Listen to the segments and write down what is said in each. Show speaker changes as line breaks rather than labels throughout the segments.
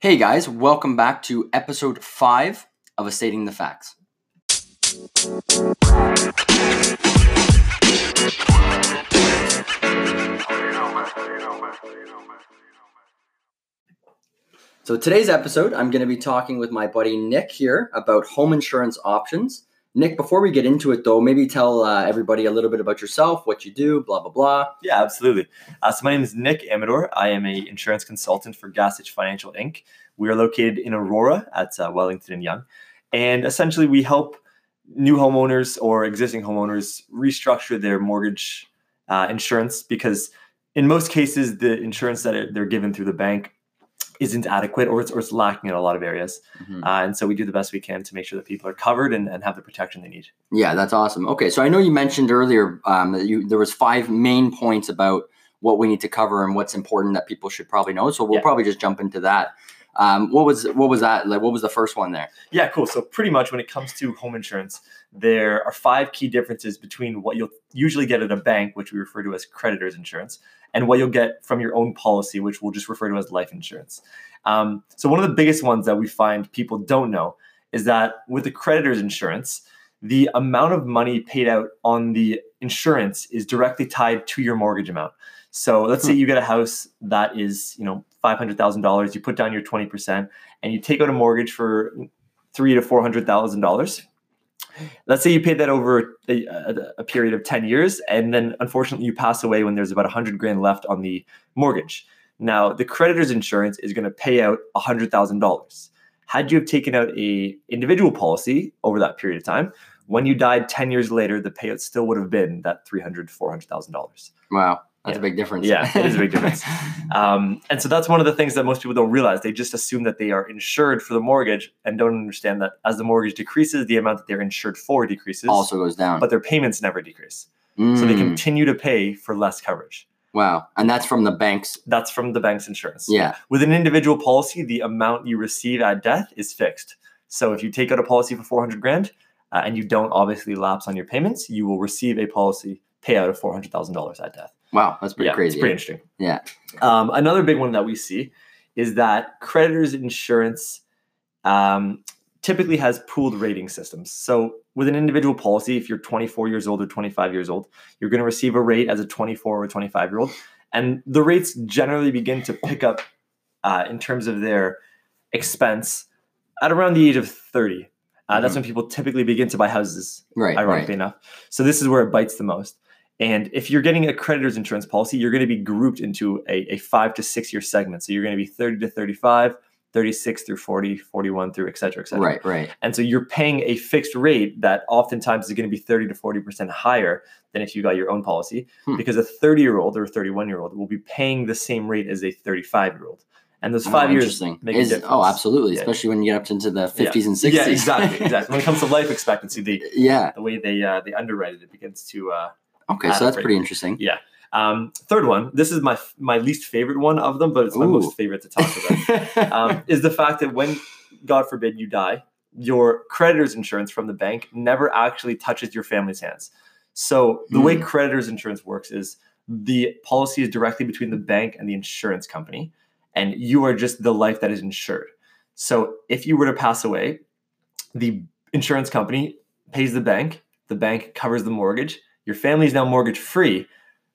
Hey guys, welcome back to episode five of A Stating the Facts. So, today's episode, I'm going to be talking with my buddy Nick here about home insurance options. Nick, before we get into it though, maybe tell uh, everybody a little bit about yourself, what you do, blah, blah, blah.
Yeah, absolutely. Uh, so my name is Nick Amador. I am a insurance consultant for Gossage Financial Inc. We are located in Aurora at uh, Wellington and Young, and essentially we help new homeowners or existing homeowners restructure their mortgage uh, insurance because in most cases the insurance that are- they're given through the bank isn't adequate or it's, or it's lacking in a lot of areas
Mhm.
uh, and so we do the best we can to make sure that people are covered and, and have the protection they need
Yeah, that's awesome. Okay, so I know you mentioned earlier um, that you there was five main points about what we need to cover and what's important that people should probably know. So we'll
Yeah.
probably just jump into that. Um, what was what was that? Like, what was the first one there?
Yeah, cool. So pretty much when it comes to home insurance, there are five key differences between what you'll usually get at a bank, which we refer to as creditor's insurance, and what you'll get from your own policy, which we'll just refer to as life insurance. Um, so one of the biggest ones that we find people don't know is that with the creditor's insurance, the amount of money paid out on the insurance is directly tied to your mortgage amount. So let's say you get a house that is, you know, five hundred thousand dollars. You put down your twenty percent, and you take out a mortgage for three to four hundred thousand dollars. Let's say you paid that over a, a- a period of ten years, and then unfortunately you pass away when there's about a hundred grand left on the mortgage. Now the creditor's insurance is going to pay out a hundred thousand dollars. Had you have taken out a individual policy over that period of time, when you died ten years later, the payout still would have been that three hundred, four hundred thousand dollars.
Wow, that's a
Yeah.
big difference.
Yeah, it is a big difference. Um, and so that's one of the things that most people don't realize. They just assume that they are insured for the mortgage and don't understand that as the mortgage decreases, the amount that they're insured for decreases,
also goes down.
but their payments never decrease. So they
Mm,
continue to pay for less coverage.
wow, and that's from the banks.
That's from the bank's insurance.
Yeah,
With an individual policy, the amount you receive at death is fixed. So if you take out a policy for 400 grand uh, and you don't obviously lapse on your payments, you will receive a policy payout of $400,000 at death.
wow, that's pretty crazy.
It's pretty interesting.
Yeah.
Um, another big one that we see is that creditors insurance um, typically has pooled rating systems. So with an individual policy, if you're 24 years old or 25 years old, you're going to receive a rate as a 24 or 25 year old, and the rates generally begin to pick up uh, in terms of their expense at around the age of 30. Uh, That's when people typically begin to buy houses
right, right.
ironically enough. So this is where it bites the most. And if you're getting a creditor's insurance policy, you're going to be grouped into a, a five to six year segment. So you're going to be 30 to 35, 36 through 40, 41 through et cetera, et cetera.
Right, right.
And so you're paying a fixed rate that oftentimes is going to be 30 to 40% higher than if you got your own policy,
Hmm.
because a 30 year old or a 31 year old will be paying the same rate as a 35 year old. And those
Oh,
five years
interesting.
make a
Is-
difference.
oh, absolutely,
Yeah.
especially when you get up into the
Yeah.
fifties and sixties.
Yeah, exactly. Exactly. when it comes to life expectancy, the,
yeah.
the way they uh, they underwrite it, it begins to uh,
Okay,
Add
so
up
that's
right
pretty interesting.
Um, third one. This is my my least favorite one of them, but it's my
Ooh.
most favorite to talk about. um, is the fact that when God forbid you die, your creditor's insurance from the bank never actually touches your family's hands. So the way
Hmm.
creditor's insurance works is the policy is directly between the bank and the insurance company, and you are just the life that is insured. So if you were to pass away, the insurance company pays the bank, the bank covers the mortgage, your family is now mortgage free,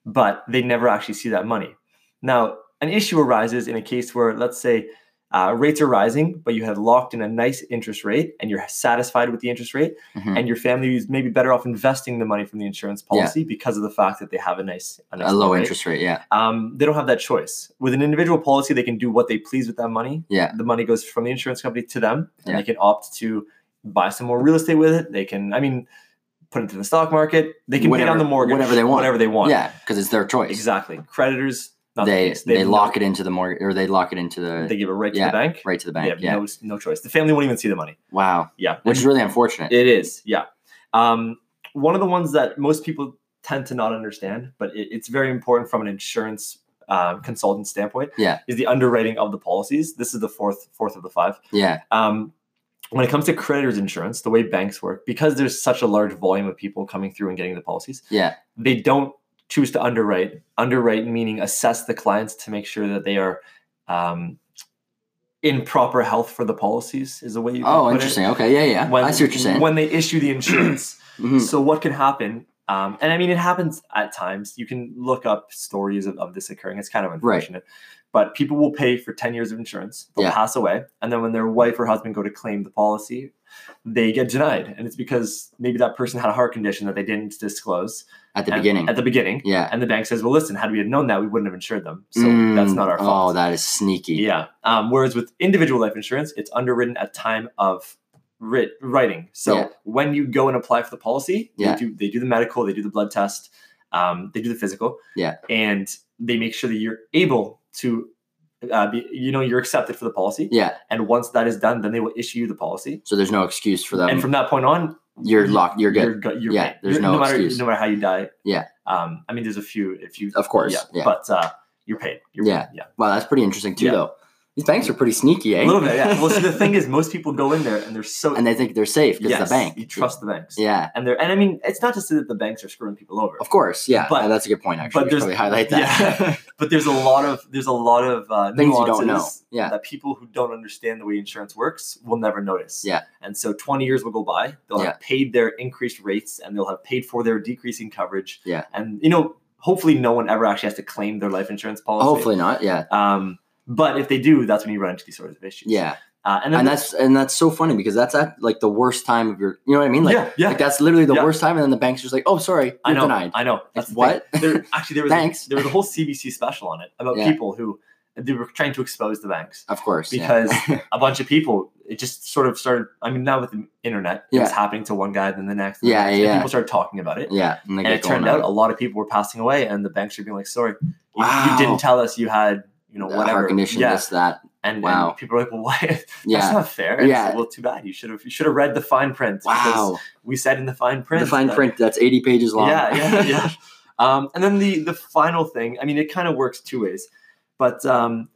but they never actually see that money. Now, an issue arises in a case where, let's say, uh, rates are rising, but you have locked in a nice interest rate and you're satisfied with the interest rate,
Mhm.
and your family is maybe better off investing the money from the insurance
Yeah.
policy because of the fact that they have a nice, a, nice
a low
rate.
interest rate. Yeah,
Um, they don't have that choice. With an individual policy, they can do what they please with that money.
Yeah.
The money goes from the insurance company to them, and
Yeah.
they can opt to buy some more real estate with it. They can, I mean, put it to the stock market. They can pay down
Whatever-
the mortgage
whatever they want.
Whatever they want.
yeah, because it's their choice.
Exactly. Creditors, not the
They
case.
they,
have no-
lock it into the mortgage or they lock it into the
They give it right to
yeah,
the bank.
right to the
They
bank.
have
Yeah,
no, no choice. The family won't even see the money.
wow,
Yeah.
which is really unfortunate.
It is, yeah. Um, one of the ones that most people tend to not understand, but it, it's very important from an insurance um, consultant standpoint.
Yeah.
is the underwriting of the policies. This is the fourth fourth of the five.
yeah,
Um, when it comes to creditors insurance, the way banks work, because there's such a large volume of people coming through and getting the policies,
yeah,
they don't choose to underwrite. Underwrite meaning assess the clients to make sure that they are um, in proper health for the policies is the way you can
Oh,
put it.
interesting. Okay, yeah, yeah.
When-
I see what you're saying.
When they issue the insurance.
Mhm.
So what can happen? Um, and I mean, it happens at times. You can look up stories of, of this occurring. It's kind of
Right.
unfortunate, but people will pay for ten years of insurance. They'll
Yeah.
pass away, and then when their wife or husband go to claim the policy, they get denied, and it's because maybe that person had a heart condition that they didn't disclose
At the
and-
beginning.
At the beginning,
yeah.
and the bank says, "Well, listen, had we had known that, we wouldn't have insured them. So
Mm,
that's not our fault."
Oh, that is sneaky.
Yeah. Um, whereas with individual life insurance, it's underwritten at time of writ- writing. So
Yeah.
when you go and apply for the policy,
Yeah.
they do they do the medical, they do the blood test, um, they do the physical,
Yeah.
and they make sure that you're able to. Uh, be, you know you're accepted for the policy,
Yeah.
and once that is done, then they will issue you the policy,
So there's no excuse for them.
and from that point on,
you're locked. You're good.
You're, go- you're
Yeah,
right.
there's
You're-
no
matter
excuse.
no matter how you die.
Yeah.
Um, I mean, there's a few if you,
Of course, yeah.
but uh, you're paid. You're
Yeah.
paid.
wow, that's pretty interesting too,
Yeah.
though. These banks are pretty sneaky, eh?
yeah, a little bit. Yeah. Well, see, the thing is, most people go in there and they're so
and they think they're safe because
Yes,
the bank.
You trust the banks.
Yeah,
And they're and I mean, it's not to say that the banks are screwing people over,
of course. Yeah,
But-
Uh, that's a good point. Actually,
but
we should
there's-
probably highlight that.
but there's a lot of there's a lot of uh,
Things you
nuances
don't know. Yeah,
that people who don't understand the way insurance works will never notice.
Yeah.
And so 20 years will go by. They'll have paid their increased rates and they'll have paid for their decreasing coverage.
Yeah.
And, you know, hopefully no one ever actually has to claim their life insurance policy.
hopefully not. Yeah,
Um, but if they do, that's when you run into these sorts of issues.
yeah,
Uh, and, then
and that's and that's so funny because that's at like the worst time of your. You know what I mean? Like,
yeah, yeah.
like that's literally the
Yeah.
worst time, and then the bank's just like, "Oh, sorry, you're
I know.
denied."
I know. That's
Like,
the thing.
what?
There, actually, there was
Thanks.
A, there was a whole CBC special on it about
Yeah.
people who they were trying to expose the banks.
Of course, yeah.
because a bunch of people it just sort of started i mean now with the internet it was
Yeah.
happening to one guy then the next and the
Yeah,
next, and
yeah.
people started talking about it
yeah, and, they
and
get
it
going
turned
on
out a lot of people were passing away and the banks were being like sorry you, you
Wow.
didn't tell us you had you know
the
whatever
heart condition,
yeah
this, that.
and,
Wow.
and people are like well why that's
Yeah,
not fair And it's
Yeah.
like, well too bad you should have you should have read the fine print because
wow.
we said in the fine print
the fine
that-
print that's 80 pages long.
yeah, yeah, yeah. um, and then the the final thing. I mean, it kind of works two ways, but um,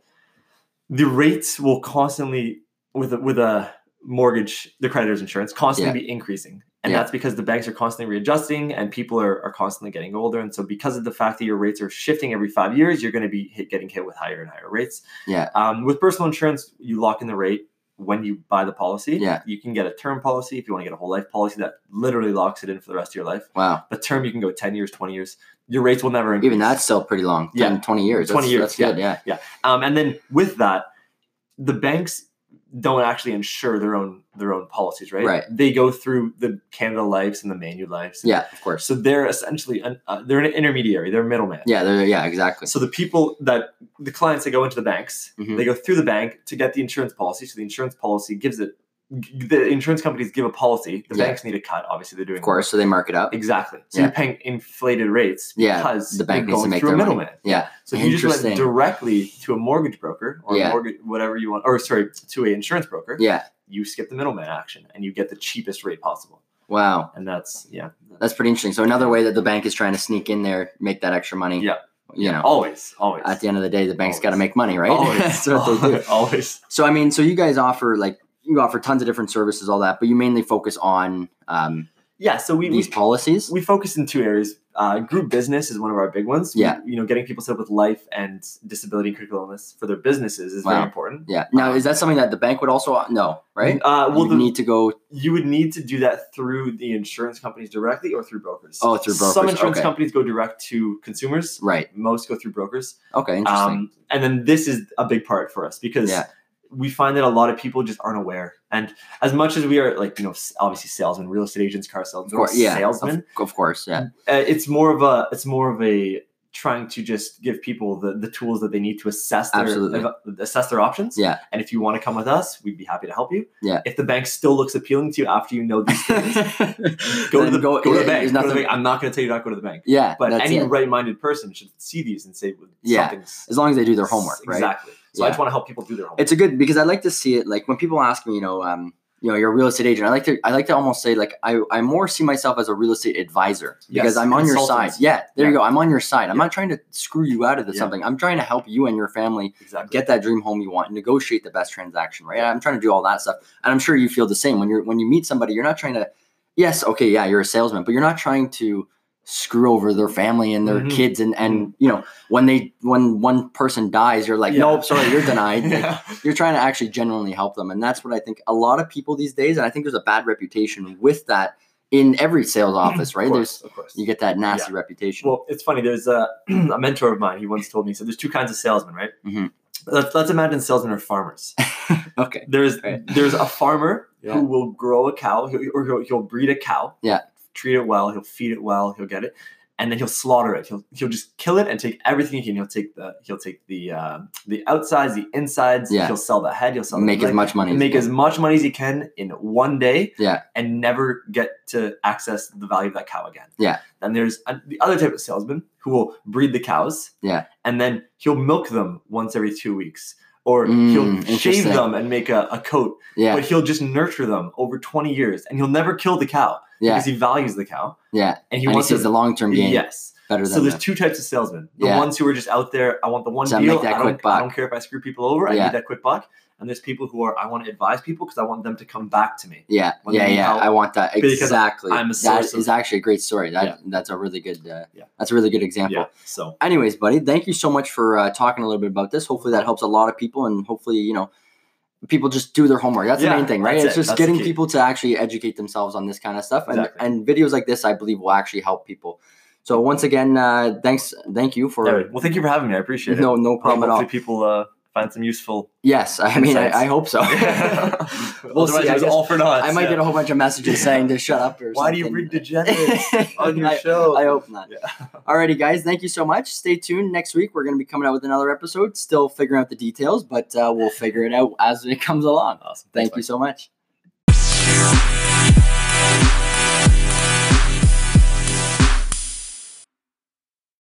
the rates will constantly with a, with a mortgage, the creditor's insurance constantly be increasing, and
Yeah.
that's because the banks are constantly readjusting, and people are are constantly getting older, and so because of the fact that your rates are shifting every five years, you're going to be hit, getting hit with higher and higher rates.
Yeah.
Um, with personal insurance, you lock in the rate. When you buy the policy,
Yeah.
you can get a term policy if you want to get a whole life policy that literally locks it in for the rest of your life
Wow.
the term you can go 10 years 20 years your rates will never increase
Even that's still pretty long. 10,
Yeah.
20 years.
20
That's- That's
years,
good. Yeah.
um, and then with that the banks don't actually insure their own their own policies right
Right.
they go through the canada lives and the manu lives
Yeah, of course.
so they're essentially an, uh, they're an intermediary they're a middleman
Yeah, they're, yeah, exactly.
so the people that the clients that go into the banks
Mhm.
they go through the bank to get the insurance policy so the insurance policy gives it g- the insurance companies give a policy the
Yeah.
banks need a cut obviously they're doing
Of course, so they mark it up.
exactly so
Yeah.
you're paying inflated rates
Yeah,
because
the bank needs
you're
to
going
make
through a
their money.
middleman
Yeah,
So if you just
Interesting.
went directly to a mortgage broker or
Yeah.
mortgage, whatever you want, or sorry, to a insurance broker,
yeah.
you skip the middleman action and you get the cheapest rate possible.
Wow,
And that's yeah,
that's pretty interesting. So another way that the bank is trying to sneak in there, make that extra money.
Yeah.
you know,
always, always,
at the end of the day, the bank's got to
Always.
make money, right?
always,
that's what they do.
always.
So I mean, so you guys offer like you offer tons of different services, all that, but you mainly focus on um,
Yeah. So we
these
we,
policies.
we focus in two areas. Uh, group business is one of our big ones. We-
Yeah.
you know, getting people set up with life and disability and critical illness for their businesses is
Wow.
very important.
Yeah. Now, is that something that the bank would also no, right?
Uh, well,
you
the,
need to go.
you would need to do that through the insurance companies directly or through brokers.
Oh, through brokers.
Some insurance
Okay.
companies go direct to consumers.
Right.
Most go through brokers.
Okay. Interesting.
Um, and then this is a big part for us because
Yeah.
we find that a lot of people just aren't aware. And as much as we are like, you know, s- obviously salesmen, real estate agents, car
of
salesmen,
course. Yeah.
salesmen,
Of, of course. Yeah.
uh, it's more of a, it's more of a trying to just give people the, the tools that they need to assess their,
Absolutely.
ev- assess their options.
Yeah.
And if you want to come with us, we'd be happy to help you.
Yeah.
If the bank still looks appealing to you after you know these things, go to
Then
the go, to
yeah,
the
there's
bank. Go to the
nothing-
bank. I'm not going to tell you not to go to the bank,
Yeah,
but
that's
any
it.
right-minded person should see these and say, well,
Yeah,
something's
as long as they do their homework, right?
Exactly. So I
Yeah.
just want to help people do their homework.
It's a good because I like to see it like when people ask me, you know, um, you know, you're a real estate agent. I like to, I like to almost say like I, I more see myself as a real estate advisor because
Yes,
I'm on your side.
consultant.
Yeah, there you
Yeah.
go. I'm on your side. I'm
Yeah.
not trying to screw you out of the
Yeah.
something. I'm trying to help you and your family
exactly.
get that dream home you want, negotiate the best transaction, right? I'm trying to do all that stuff, and I'm sure you feel the same when you're when you meet somebody. You're not trying to, yes, okay, yeah, you're a salesman, but you're not trying to screw over their family and their
Mhm.
kids and and you know when they when one person dies you're like
Yeah.
nope sorry you're denied Like,
yeah.
you're trying to actually genuinely help them and that's what i think a lot of people these days and i think there's a bad reputation with that in every sales office right
Mm-hmm. Of
there's
course, of course.
you get that nasty reputation
Well, it's funny. There's a, a mentor of mine. He once told me, so there's two kinds of salesmen, right?
Mhm.
Let's, let's imagine salesmen are farmers.
okay
There's
Right.
there's a farmer
Yeah.
who will grow a cow, he'll- or he'll, he'll breed a cow.
Yeah.
Treat it well. He'll feed it well. He'll get it, and then he'll slaughter it. He'll he'll just kill it and take everything he can. He'll take the he'll take the uh, the outsides, the insides.
Yeah.
He'll sell the head. He'll sell
make
the
as
leg,
much money
and
as
make
you
as much money as he can in one day
Yeah.
and never get to access the value of that cow again.
Yeah.
Then there's a, the other type of salesman who will breed the cows.
Yeah.
And then he'll milk them once every two weeks. Or
Mm,
he'll shave
interesting.
them and make a, a coat,
can. yeah
but he'll just nurture them over 20 years and he'll never kill the cow
yeah
because he values the cow
yeah
and he
and he
wants
sees
to-
the long-term gain
Yes.
better than
So there's
the-
two types of salesmen. The
Yeah.
ones who are just out there, I want the one
So I
deal.
make that
I, don't,
quick buck.
I don't care if I screw people over. I
Yeah.
need that quick buck. And there's people who are, I want to advise people because I want them to come back to me.
yeah
when
yeah
they
yeah
help
i want that
because
exactly
I'm a
that
source of-
is actually a great story that
Yeah.
that's a really good uh,
Yeah.
that's a really good example
Yeah. So
anyways buddy thank you so much for uh, talking a little bit about this hopefully that helps a lot of people and hopefully you know people just do their homework that's the
Yeah,
main thing right
that's
it's
it.
just
That's the
getting
key.
people to actually educate themselves on this kind of stuff and,
Exactly.
and videos like this i believe will actually help people so once again uh, thanks thank you for
Anyway, well, thank you for having me. I appreciate it.
no no problem at all
Hopefully people uh, find some useful.
yes i mean
insights.
I, I hope so
We'll
see, I
It was
guess-
all for naught.
i might get a whole bunch of messages
Yeah.
saying to shut up or
Why do you
something.
bring degenerates on your
I-
show?
I hope not.
Yeah.
Alrighty, guys, thank you so much. Stay tuned. Next week, we're going to be coming out with another episode. Still figuring out the details, but uh, we'll figure it out as it comes along.
Awesome.
Thank
Thanks,
you so much.